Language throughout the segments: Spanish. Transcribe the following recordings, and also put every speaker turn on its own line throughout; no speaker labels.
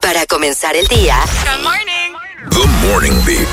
Para comenzar el día.
Good morning.
The Morning Beat.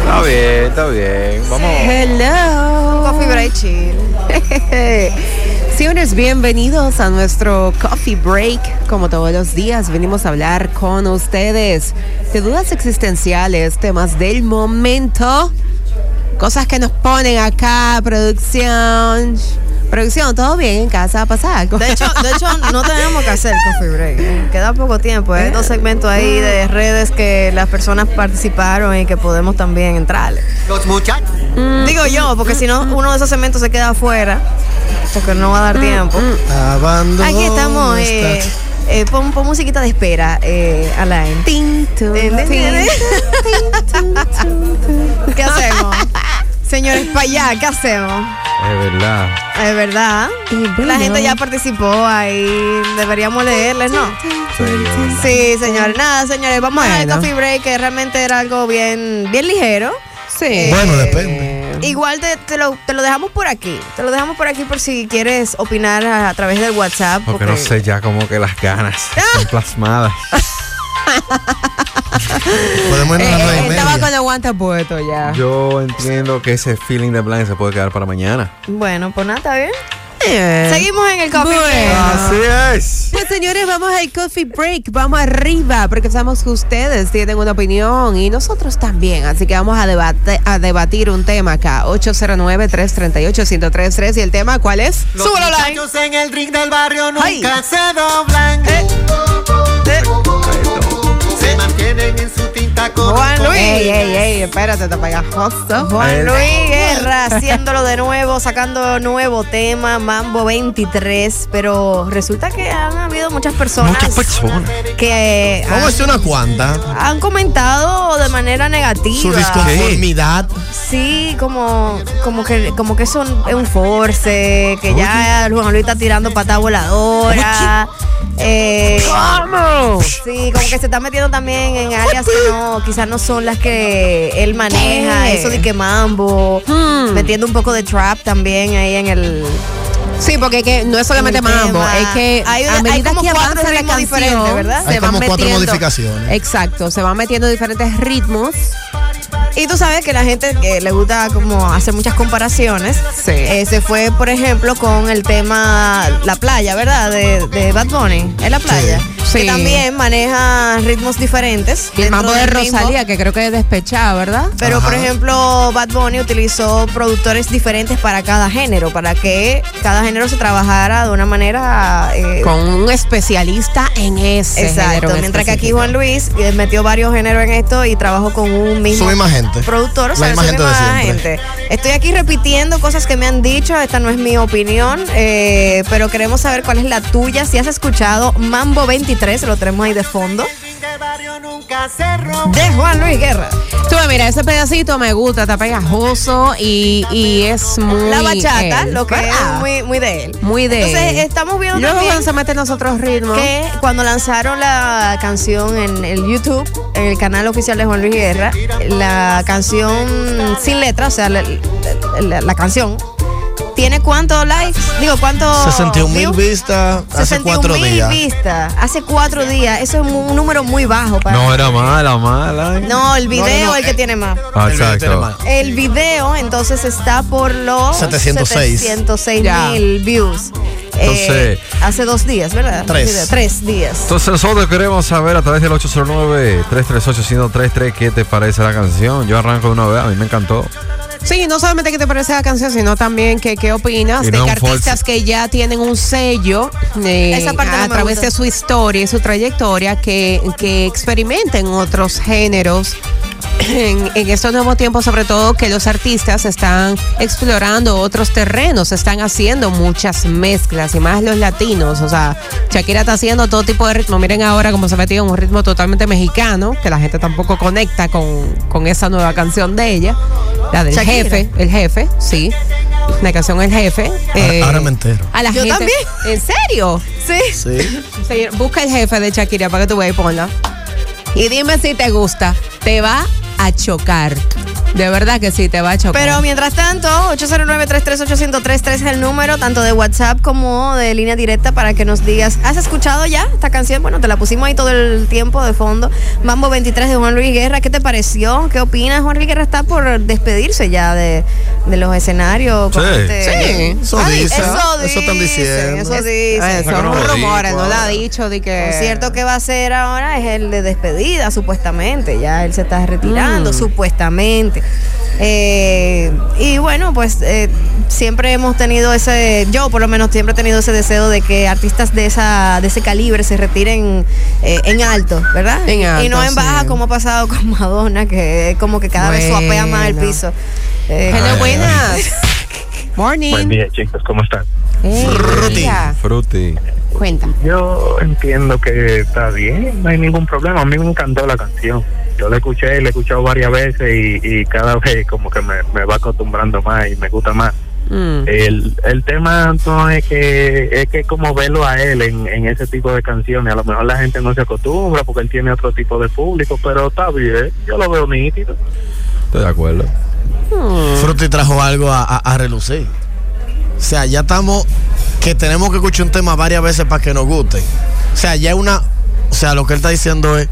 Está bien, está bien. Vamos.
Hello.
Coffee Break Chill.
Señores, bienvenidos a nuestro Coffee Break. Como todos los días, venimos a hablar con ustedes de dudas existenciales, temas del momento, cosas que nos ponen acá, producción. Producción, todo bien en casa, pasa algo.
De hecho, de hecho, no tenemos que hacer Coffee Break. Queda poco tiempo. Hay dos segmentos ahí de redes que las personas participaron y que podemos también entrarle. Mm.
Los muchachos.
Digo yo, porque si no, uno de esos segmentos se queda afuera, porque no va a dar tiempo.
Abandono.
Aquí estamos. Eh, eh, pon, pon musiquita de espera, eh, Alain.
Tin, tun,
Tin, tin,
tin.
tin, ¿Qué hacemos? Señores, para allá, ¿qué hacemos?
Es verdad.
Es verdad.
Y bueno.
La gente ya participó ahí. Deberíamos leerles, ¿no?
Sí, es verdad.
Sí, señores. Nada, señores. Vamos a ver
Bueno.
Coffee Break, que realmente era algo bien, bien ligero.
Sí.
Bueno,
depende.
Igual te, te lo, te lo dejamos por aquí. Te lo dejamos por aquí por si quieres opinar a, a través del WhatsApp.
Porque no sé ya como que las ganas están plasmadas.
Podemos entrar a las nueve y
Eh, estaba con
media.
la guanta puesto ya.
Yo entiendo que ese feeling de plan se puede quedar para mañana.
Bueno, pues nada, está bien.
Eh.
Seguimos en el Coffee
Bueno.
Break.
es.
Pues señores, vamos al coffee break, vamos arriba, porque sabemos que ustedes tienen una opinión y nosotros también, así que vamos a, debate- a debatir un tema acá, 809-338-1033, y el tema, ¿cuál es?
Los muchachos en el ring del barrio nunca
Ay. Eh.
se doblan. Eh. Se mantienen en su tinta con
Juan Luis.
Ey, ey, ey, espérate, está pegajoso.
Eh.
Juan Luis Guerra haciéndolo de nuevo, sacando nuevo tema, Mambo 23. Pero resulta que han habido muchas personas
Muchas personas.
que eh,
Vamos a
han,
decir una cuanta.
han comentado de manera
Su
negativa.
disconformidad.
Sí, como, como que como que eso es un force, que ya Juan Luis está tirando patada voladora. Eh, Sí, como que se está metiendo también en áreas que no, quizás no son las que él maneja,
¿Qué?
eso de que mambo,
Hmm.
metiendo un poco de trap también ahí en el
Sí, porque es que no es solamente
El tema.
mambo, es que
Hay-
a
hay
medida
como
que
cuatro
avanza la
ritmos
canción,
diferentes, ¿verdad?
se
Hay
van
como cuatro
metiendo-
modificaciones.
Exacto, se van metiendo diferentes ritmos.
Y tú sabes que la gente que le gusta como hacer muchas comparaciones,
Sí.
eh, se fue, por ejemplo, con el tema La Playa, ¿verdad? De, de Bad Bunny, en La Playa.
Sí.
Que también maneja ritmos diferentes.
Y el
dentro
mambo de
del ritmo.
Rosalía, que creo que es despechada, ¿verdad?
Pero, por
Ajá.
ejemplo, Bad Bunny utilizó productores diferentes para cada género, para que cada género se trabajara de una manera... eh,
Con un especialista en ese género
Exacto,
en
mientras que aquí
específico.
Juan Luis eh, metió varios géneros en esto y trabajó con un mismo
Su misma gente.
productor, o
La
sea,
misma
su
gente de
misma
siempre.
gente. Estoy aquí repitiendo cosas que me han dicho, esta no es mi opinión, eh, pero queremos saber cuál es la tuya, si has escuchado Mambo 23, lo tenemos ahí de fondo, de Juan Luis Guerra.
Tú, ves, mira, ese pedacito me gusta, está pegajoso y, y es muy. Ah.
La bachata,
él,
lo que es
¿verdad?
muy, muy de él.
Muy de
Entonces,
él.
estamos viendo
Luego
también
cuando se meten los otros ritmos.
que cuando lanzaron la canción en el YouTube, en el canal oficial de Juan Luis Guerra, la canción sin letra, o sea, la, la- la- la canción, ¿tiene cuántos likes? Digo, ¿cuántos
61 mil
views?
vistas hace
61
cuatro
mil
días.
vistas, hace cuatro días. Eso es mu- un número muy bajo para...
No era mala, mala.
No, el video
no,
es el que
eh.
tiene más.
Ah,
El video tiene más.
Exacto.
El video entonces está por los
706.
706
Ya.
mil views. Eh,
Entonces-
hace dos días, ¿verdad?
Tres.
Video, Tres días.
Entonces nosotros queremos saber a través del 809-338-1033 qué te parece la canción. Yo arranco de una vez, a mí me encantó.
Sí, no solamente qué te parece la canción, sino también que, qué opinas
Y
de
no
que
un falso.
artistas que ya tienen un sello eh,
Esa parte no
a
me
través
gusta.
de su historia y su trayectoria, que, que experimenten otros géneros. En, en estos nuevos tiempos, sobre todo que los artistas están explorando otros terrenos, están haciendo muchas mezclas y más los latinos. O sea, Shakira está haciendo todo tipo de ritmo. Miren ahora cómo se ha metido en un ritmo totalmente mexicano, que la gente tampoco conecta con, con esa nueva canción de ella, la del
Shakira.
jefe, el jefe, sí. La canción El Jefe. eh,
ahora me entero.
A la
Yo
gente.
también.
¿En serio?
Sí.
Sí.
Señor, Busca el jefe de Shakira para que tú veas y ponla. Y dime si te gusta. Te va a chocar. De verdad que sí, te va a chocar.
Pero mientras tanto, 809-338-1033 es el número, tanto de WhatsApp como de línea directa, para que nos digas, ¿has escuchado ya esta canción? Bueno, te la pusimos ahí todo el tiempo de fondo. Mambo 23 de Juan Luis Guerra, ¿qué te pareció? ¿Qué opinas? Juan Luis Guerra está por despedirse ya de, de los escenarios. con
Sí.
este-
Sí.
Eso
Ay,
dicen,
eso
eso están
dicen,
diciendo.
Eso
Ah,
dicen.
son
no lo dijo,
rumores, no lo
ahora.
ha dicho de que.
El concierto que va a hacer ahora es el de despedida, supuestamente. Ya él se está retirando,
Mm.
supuestamente. Eh, y bueno, pues eh, siempre hemos tenido ese, yo por lo menos siempre he tenido ese deseo de que artistas de esa de ese calibre se retiren eh, en alto, ¿verdad?
En
y no
alto,
en baja
sí.
como ha pasado con Madonna, que es como que cada vez suapea más el
Bueno.
piso. Eh,
Hello,
Ay,
buenas. Morning. Eh.
Buen día, chicos, ¿cómo están?
Hey,
Fruti.
mira,
Fruti.
Cuenta.
Yo entiendo que está bien, no hay ningún problema. A mí me encantó la canción. Yo la escuché, la he escuchado varias veces y, y cada vez como que me, me va acostumbrando más y me gusta más.
Mm.
El, el tema no es que es que como verlo a él en, en ese tipo de canciones, a lo mejor la gente no se acostumbra porque él tiene otro tipo de público, pero está bien, yo lo veo nítido.
Estoy de acuerdo.
Frutti trajo algo a, a- a relucir. O sea, ya estamos que tenemos que escuchar un tema varias veces para que nos guste. O sea, ya es una. O sea, lo que él está diciendo es.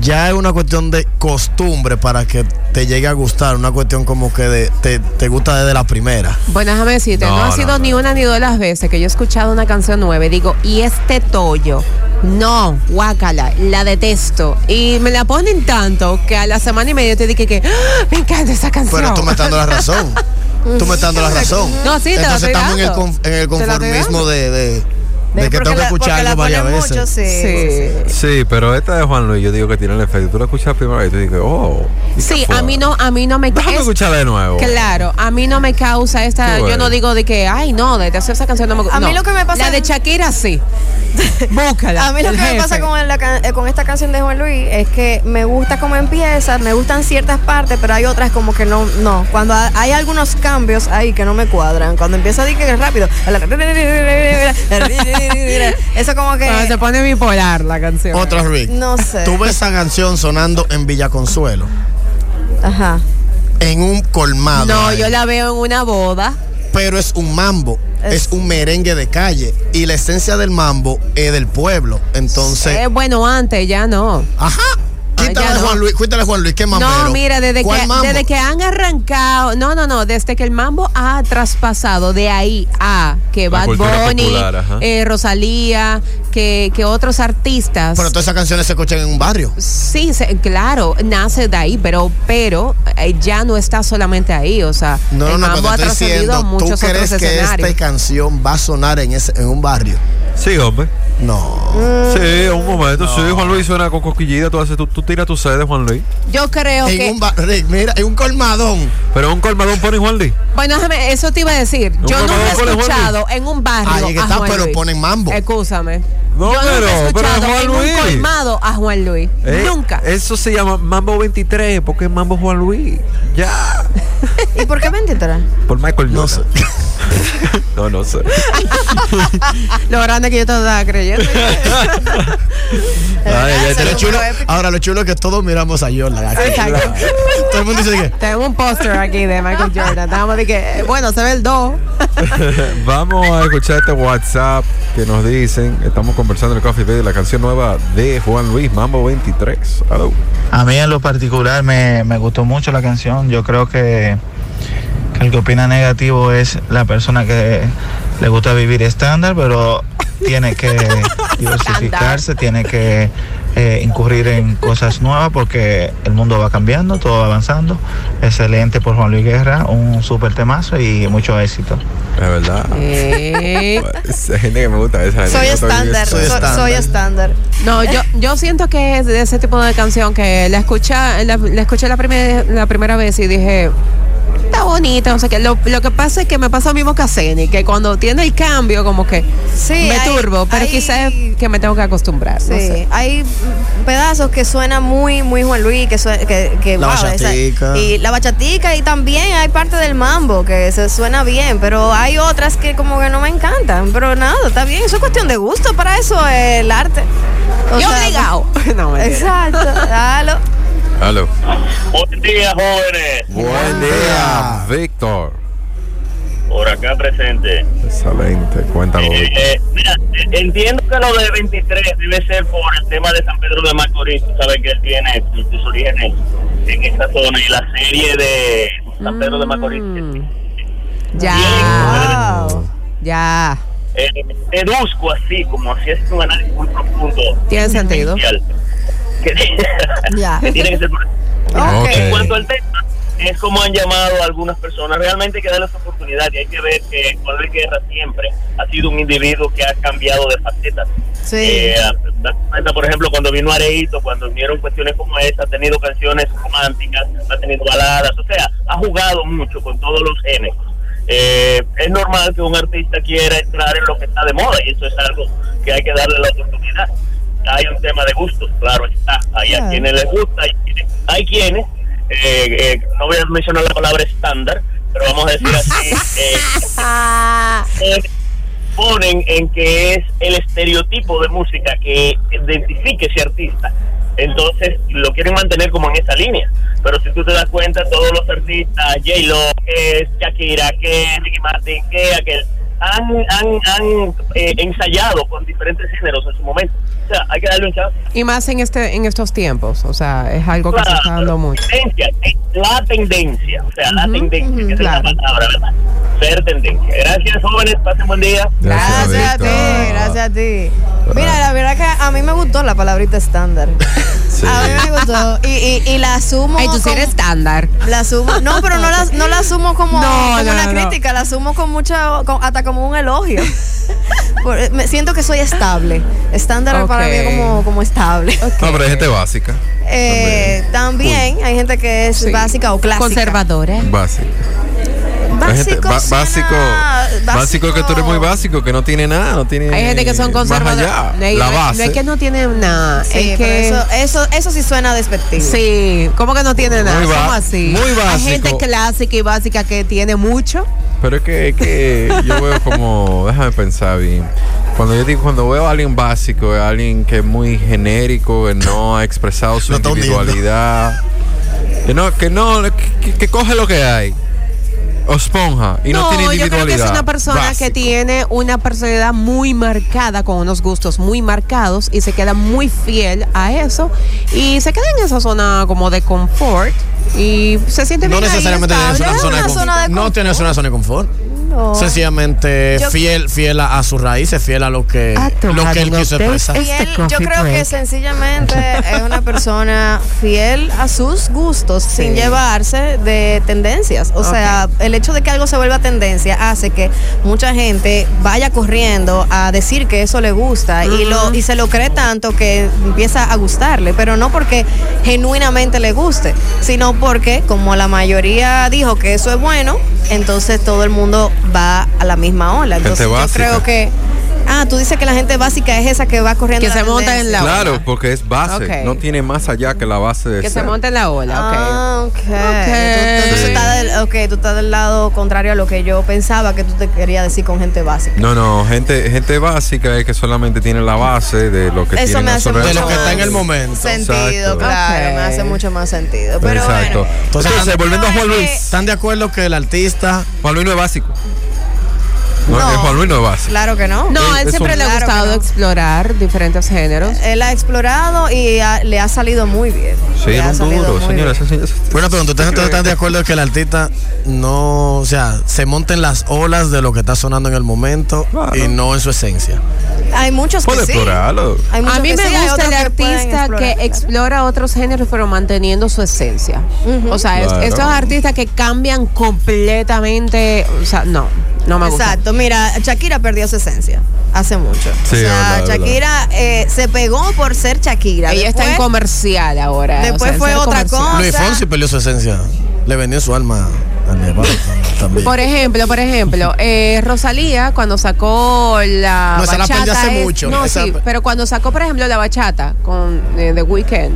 Ya es una cuestión de costumbre para que te llegue a gustar. Una cuestión como que de- te, te gusta desde la primera.
Buenas, a decirte, no,
No,
ha
no,
sido
no,
ni
no.
una ni dos las veces que yo he escuchado una canción nueva y digo, y este tollo. No, guácala, la detesto. Y me la ponen tanto que a la semana y media te dije que "Ah, me encanta esa canción.
Pero tú me estás dando la razón. Tú me estás dando la razón.
No, sí, te la
Entonces
estoy
estamos en el,
dando.
conf- en el
Te la estoy
conformismo de, de- de que
porque
tengo que
la- porque
escuchar
la
algo varias
ponen
veces.
mucho, sí, sí, sí.
Sí.
Sí, pero esta de Juan Luis, yo digo que tiene el efecto. Tú la escuchas primero y tú dices, oh. ¿y qué
Sí,
fue?
a mí no, a mí no me
Déjame
es-
escucharla de nuevo.
Claro, a mí no me causa esta.
Tú
Yo
eres.
no digo de que, ay, no, detesto esa canción. No me, gu-".
A mí
No.
lo que me pasa
La de
es-
Shakira sí. Búscala.
A mí lo
el
que me
jefe.
pasa con, la can- eh, con esta canción de Juan Luis es que me gusta cómo empieza, me gustan ciertas partes, pero hay otras como que no, no. Cuando ha- hay algunos cambios ahí que no me cuadran. Cuando empieza a decir que es rápido. Eso como
Cuando se
que...
pone bipolar la canción.
Otra Rick.
No sé.
Tú ves esa canción sonando en Villa Consuelo,
Ajá.
en un colmado.
No,
ahí.
yo la veo en una boda.
Pero es un mambo,
Es-
es, un merengue de calle. Y la esencia del mambo es del pueblo. Entonces,
Eh, bueno, antes ya no.
ajá.
Ah,
Quítale
ya
a
no.
Juan Luis, cuéntale a Juan Luis, qué mambo.
No, mira, desde que, desde que han arrancado, no, no, no, desde que el mambo ha traspasado de ahí a que
La
Bad
cultura
Bunny,
popular, ajá.
eh, Rosalía, que, que otros artistas.
Pero todas esas canciones se escuchan en un barrio.
Sí, se- claro, nace de ahí, pero, pero eh, ya no está solamente ahí, o sea,
No, no,
el
no,
mambo
pero
ha
te estoy
trascendido a
diciendo, ¿tú
muchos
crees
otros
que este esta
escenarios.
canción va a sonar en, ese, en un barrio?
Sí, hombre.
Mm,
No.
Sí, un momento. Sí, Juan Luis suena con cosquillita. Tú, haces, tú, tú tiras tu sede, Juan Luis.
Yo creo que,
En un barrio, mira, en un colmadón.
Pero un colmadón pone Juan Luis.
bueno, déjame, eso te iba a decir,
Un
yo
mambo
nunca
pone
he
Juan Luis.
escuchado en un barrio
Ahí que
a
está,
Juan
pero
Luis.
ponen mambo.
Escúchame.
No,
Yo nunca he
pero- pero
escuchado
Juan
en
Luis.
un colmado a Juan Luis.
Eh,
nunca.
Eso se llama Mambo 23, porque es Mambo Juan Luis. Ya.
¿Y por qué 23?
Por Michael
No sé.
Jordan. No, no sé.
Ah, Lo grande que yo te estaba creyendo.
Ay,
Ese
ay, ay, lo
número
chulo-
épico.
ahora lo chulo es que todos miramos a Jordan. aquí. Todo el mundo dice que
Tengo un póster aquí de Michael Jordan. Estábamos de que, eh, bueno, se ve el 2.
Vamos a escuchar este WhatsApp que nos dicen. Estamos conversando en el Coffee Baby la canción nueva de Juan Luis, Mambo 23. Hello.
A mí en lo particular me, me gustó mucho la canción. Yo creo que, que el que opina negativo es la persona que le gusta vivir estándar, pero tiene que diversificarse, tiene que eh, incurrir en cosas nuevas porque el mundo va cambiando, todo va avanzando. Excelente por Juan Luis Guerra, un súper temazo y mucho éxito.
Es verdad. Eh, Hay gente que me gusta esa. gente
Soy
que no está
estándar,
viviendo
soy
esa.
estándar.
soy estándar.
No, yo, yo siento que es de ese tipo de canción que la, escucha, la, la escuché la, primer- la primera vez y dije, está bonita, no sé qué. Lo, lo que pasa es que me pasa lo mismo que a Zeni, que cuando tiene el cambio, como que
Sí,
me
hay-
turbo, pero
hay-
quizás es que me tengo que acostumbrar.
Sí,
no sé.
hay pedazos que suenan muy, muy Juan Luis, que suena, que, que
La
guau, esa-
bachatica.
y la bachatica y también hay parte del mambo que se suena bien, pero hay otras que como que no me encantan, pero nada, está bien, eso es cuestión de gusto, para eso es el arte. O
Y
sea,
obligado. No, mentira.
Exacto, claro.
Aló.
Buen día, jóvenes.
Buen
día.
día, Víctor.
Por acá presente.
Excelente. Cuéntalo.
Eh, eh, mira, eh, entiendo que lo de 23 debe ser por el tema de San Pedro de Macorís. Tú sabes que él tiene sus- sus orígenes en esa zona y la serie de San Pedro de Macorís.
Mm.
Bien.
Ya.
Wow.
Ya.
Eh, deduzco así, como si es un análisis muy profundo.
Tiene sentido.
social, Que,
Ya.
que tiene que ser por
Ok.
En cuanto al tema, es como han llamado a algunas personas. Realmente hay que darles oportunidad y hay que ver que Manuel Guerra siempre ha sido un individuo que ha cambiado de facetas.
Sí.
Eh, das cuenta, por ejemplo, cuando vino Areito, cuando vinieron cuestiones como esta, ha tenido canciones románticas, ha tenido baladas, o sea, ha jugado mucho con todos los géneros. Eh, es normal que un artista quiera entrar en lo que está de moda y eso es algo que hay que darle la oportunidad. Hay un tema de gustos, claro está. Hay
Claro.
a quienes les gusta, hay quienes, hay quienes eh, eh, no voy a mencionar la palabra estándar, pero vamos a decir así. eh, eh, ponen en que es el estereotipo de música que identifique ese artista. Entonces lo quieren mantener como en esa línea. Pero si tú te das cuenta, todos los artistas, J-Lo, que es Shakira, que es Ricky Martin, que aquel, han, han, han eh, ensayado con diferentes géneros en su momento. O sea, hay que darle un chance.
Y más en este, en estos tiempos. O sea, es algo que se está dando
Claro,
mucho.
tendencia, eh, la tendencia, o sea, la
Ujú,
tendencia,
ujú,
que
claro.
es la palabra, ¿verdad? Ser tendencia. Gracias, jóvenes, pasen buen día.
Gracias a ti,
Víctor.
gracias a ti. Mira, la verdad que a mí me gustó la palabrita estándar.
Sí.
A mí me gustó. Y, y, y la asumo.
Ay, tú sí
con-
eres estándar.
la asumo. No, pero no la, no la asumo como,
No,
como
no,
una
no.
crítica, la asumo con mucha. con- hasta como un elogio. Por- me siento que soy estable. Estándar para mí
Ok.
como, como estable.
No, pero hay gente básica.
Eh, también hay gente que es
Sí.
básica o clásica.
Conservadora.
Básica. Hay gente
Básico,
ba-
suena-
básico, básico es que tú eres muy básico, que no tiene nada, no tiene.
Hay gente que son
Eh, más
conservadores.
allá.
No, hay-
la
no hay-
base.
no es que no tienen nada.
Sí, pero
es que.
eso, eso, eso sí suena despectivo.
Sí, ¿cómo que no tiene nada?
Muy ba-
¿Cómo así?
muy
Hay
básico.
gente clásica y básica que tiene mucho.
Pero es que, es que yo veo como, déjame pensar bien. Cuando yo digo, cuando veo a alguien básico, a alguien que es muy genérico, que no ha expresado su
Lo está hundiendo.
individualidad, que no, que no, que, que coge lo que hay. O esponja y no, tiene
yo
individualidad.
creo que es una persona que
Básico.
tiene una personalidad muy marcada, con unos gustos muy marcados y se queda muy fiel a eso y se queda en esa zona como de confort y se siente
No
bien. ahí,
necesariamente tienes
estable.
una zona de
una
confort.
zona de
No
confort.
tienes una zona de confort.
No.
Sencillamente
Yo-
fiel, fiel a, a sus raíces, fiel a lo que,
Ah,
lo
tomado
que él
unos
quiso
test.
expresar.
Fiel,
Este
yo
coffee
creo que
break.
sencillamente es una persona fiel a sus gustos sin
Sí.
llevarse de tendencias. O sea, el hecho de que algo se vuelva tendencia hace que mucha gente vaya corriendo a decir que eso le gusta y lo y se lo cree tanto que empieza a gustarle, pero no porque genuinamente le guste, sino porque como la mayoría dijo que eso es bueno, entonces todo el mundo va a la misma ola.
Gente
Entonces yo
básica.
creo que Ah, tú dices que la gente básica es esa que va corriendo.
Que
la
se monta en
tendencia.
la
Claro,
ola.
porque es base,
Ok.
no tiene más allá que la base de
Que se
ser.
monta en la ola, ok.
Ah, ok.
Ok.
Tú, tú- tú
Sí.
estás del, ok, tú estás del lado contrario a lo que yo pensaba que tú te querías decir con gente básica.
No, no, gente, gente básica es que solamente tiene la base de lo que
Eso
tiene
me
a su
hace mucho
alrededor.
De lo que
más
está en el momento.
Sentido,
Exacto.
claro,
Ok.
me hace mucho más sentido. Pero
Exacto.
bueno,
Entonces,
Entonces,
volviendo a Juan
no es
Luis.
¿Están de acuerdo que el artista
Juan Luis no es básico. No,
No.
eh, Juan Luis no es básico.
claro que no.
No,
Eh,
a él
eso-
siempre le ha
Claro que
gustado
no. Eh,
explorar diferentes géneros.
Él ha explorado y ha- le ha salido muy bien.
Sí,
Le ha
es un
salido muy
duro, señores.
bien.
Bueno, pero ¿ustedes entonces están de acuerdo que el artista no, o sea, se monta en las olas de lo que está sonando en el momento
Claro.
y no en su esencia?
Hay muchos
Puede
que sí.
explorarlo.
Hay muchos
A mí
que
me
sí, hay
gusta
otros
el
que pueden
artista
explorar,
que
claro.
explora otros géneros, pero manteniendo su esencia.
Ujú.
O sea, es-
Claro.
estos artistas que cambian completamente. O sea, no, no me gusta.
Exacto, mira, Shakira perdió su esencia hace mucho. o
Sí, es
sea,
verdad, es
Shakira eh, se pegó por ser Shakira.
Ella está en
Después-
comercial ahora. o
después
sea, en
fue
ser
otra
comercial.
cosa. O
Luis
sea-
Fonsi perdió su esencia. Le vendió su alma al Nevado también.
Por ejemplo, por ejemplo, eh, Rosalía cuando sacó la
No, esa la
bachata
perdió hace
es-
mucho.
No,
Esa-
sí, pero cuando sacó, por ejemplo, la bachata con eh, The Weeknd,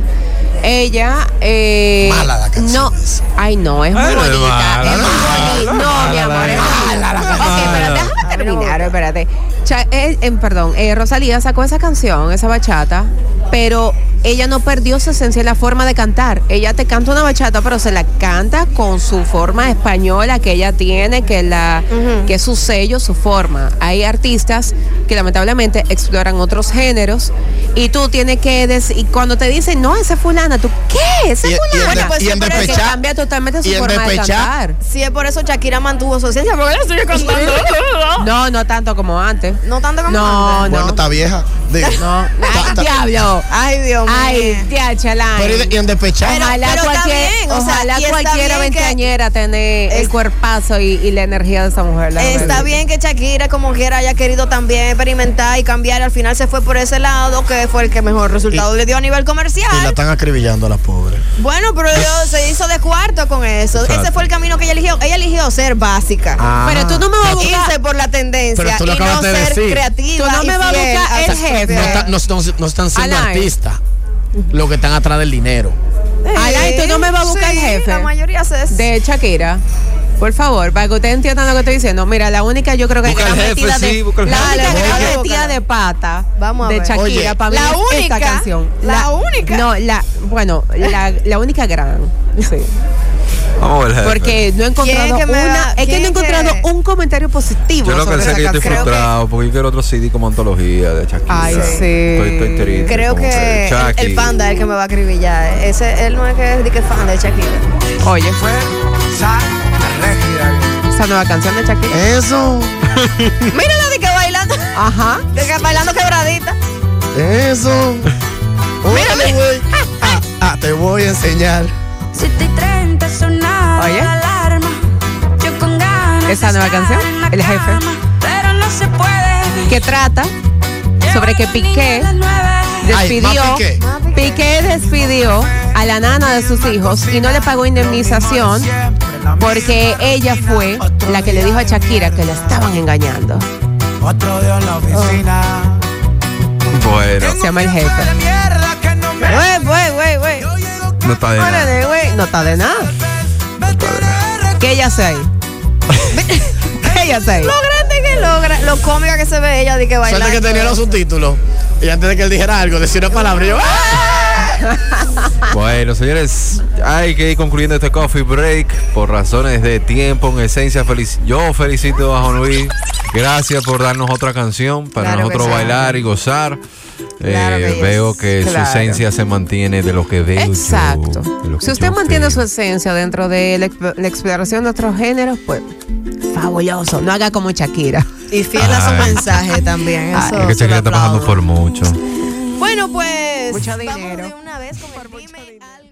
ella eh,
Mala la canción
No,
esa.
ay no, es muy
Ay, no es
bonita,
mala,
es
no
muy
es
bonita.
mala,
No,
Ah, no
mi
es
amor,
mala,
es
no es
mala.
mala.
Ok, pero déjame terminar, espérate. Cha- eh, eh, perdón, eh, Rosalía sacó esa canción, esa bachata, pero ella no perdió su esencia en la forma de cantar. Ella te canta una bachata, pero se la canta con su forma española que ella tiene, que la
Ujú.
que es su sello, su forma. Hay artistas que lamentablemente exploran otros géneros y tú tienes que des- y cuando te dicen, "No, esa es fulana", tú, "¿Qué? Esa
Y-
es
y
fulana?"
en de-
Pues
y
sí,
en
pero es que
despechá-
cambia totalmente su
y en
forma de
despechá-
cantar.
Si es por eso Shakira mantuvo su esencia, porque la estoy cantando.
¿Eh? No, no tanto como antes.
No tanto como
No,
antes.
no.
Bueno, está vieja. Digo.
No. Ay,
Ta- ta-
diablo.
Ay, Dios mío.
Ay, tía Chalán.
Pero y de- y en despechar.
Pero-
ojalá
está
cualquier,
bien, o sea,
ojalá
y está
cualquiera
bien que-
veinteañera tener el
Es-
cuerpazo y, y la energía de esa mujer. la
Está
verdad.
bien que Shakira, como quiera, haya querido también experimentar y cambiar. Al final se fue por ese lado, que fue el que mejor resultado le dio a nivel
Y la
comercial.
están acribillando a la pobre.
Bueno, pero ella se hizo de cuarto con eso.
Exacto.
Ese fue el camino que ella eligió. Ella eligió ser básica.
Ah,
Pero tú no me vas a
irse
buscar.
por la tendencia
Pero tú lo
y no
acabas de
ser
decir.
creativa.
Tú no
y
me vas a
fiel
buscar el
su propia-
jefe.
No, está- no- no- no están siendo
Alain.
artistas. Los que están atrás del dinero.
Alain, tú no me vas a buscar
Sí,
el jefe.
La mayoría se es.
De Shakira. Por favor, para que ustedes entiendan lo que estoy diciendo. Mira, la única yo creo que
Busca el
gran
jefe,
metida
sí,
de,
busca el
la
jefe.
única
Dale,
gran
búscala.
metida de pata
Vamos a
de
ver.
Shakira
Oye,
para mí
la
es esta
única,
canción.
la única.
No, la, bueno, la, la única gran. Sí.
Vamos a ver. jefe.
Porque no he encontrado
que me
una,
va-
es que no he
quién que-
encontrado un comentario positivo
Yo lo que
sobre
sé
esa
es que yo estoy
canción.
frustrado porque yo quiero otro CD como antología de Shakira.
Ay, sí.
Estoy, estoy triste.
Creo
como
que el,
Shakira.
el panda es el que me va a acribillar. Ese, él no es que es de que fan de Shakira.
Oye, esa nueva canción de Shakira.
Eso,
Mírala de que bailando,
Eh.
Ajá.
de que bailando quebradita.
eso. Órale, güey. Ah, ah, te voy a enseñar.
Si te treinta sonar
Oye.
la alarma. Yo con ganas de
Esa nueva
estar
canción,
en la
El Jefe.
cama, Pero no se puede.
Que trata sobre que Piqué
Ay, más
despidió.
Piqué.
Piqué despidió a la nana de sus hijos y no le pagó indemnización porque ella fue la que le dijo a Shakira que la estaban engañando.
Otro día en la oficina.
Bueno,
Se llama el jefe.
Mierda que no me.
Güey, güey, güey, güey.
no está de nada.
Órale, güey. No está de nada.
Vete a la
Que ella se ahí. Que ella se ahí.
Lo grande que logra, lo cómica que se ve ella de que bailando.
Suerte que tenía los subtítulos. Y antes de que él dijera algo, decir una palabra. y yo, ¡ah!
Bueno, señores, hay que ir concluyendo este coffee break por razones de tiempo. En esencia, felici- yo felicito a Juan Luis. Gracias por darnos otra canción para
Claro que
nosotros
sí.
bailar y gozar.
Claro
Eh,
que yes.
veo que
Claro.
su esencia se mantiene de lo que veo. yo,
Exacto.
de lo que
Si usted
yo
mantiene
veo.
su esencia dentro de la, exp- la exploración de otros géneros, pues fabuloso. No haga como Shakira.
Y fiel a su
Ay.
mensaje también.
Ay,
Eso
Es que
se lo
Shakira está pasando
aplaudo.
por mucho.
Bueno, pues.
Mucho
vamos
dinero.
de una vez con el dime algo.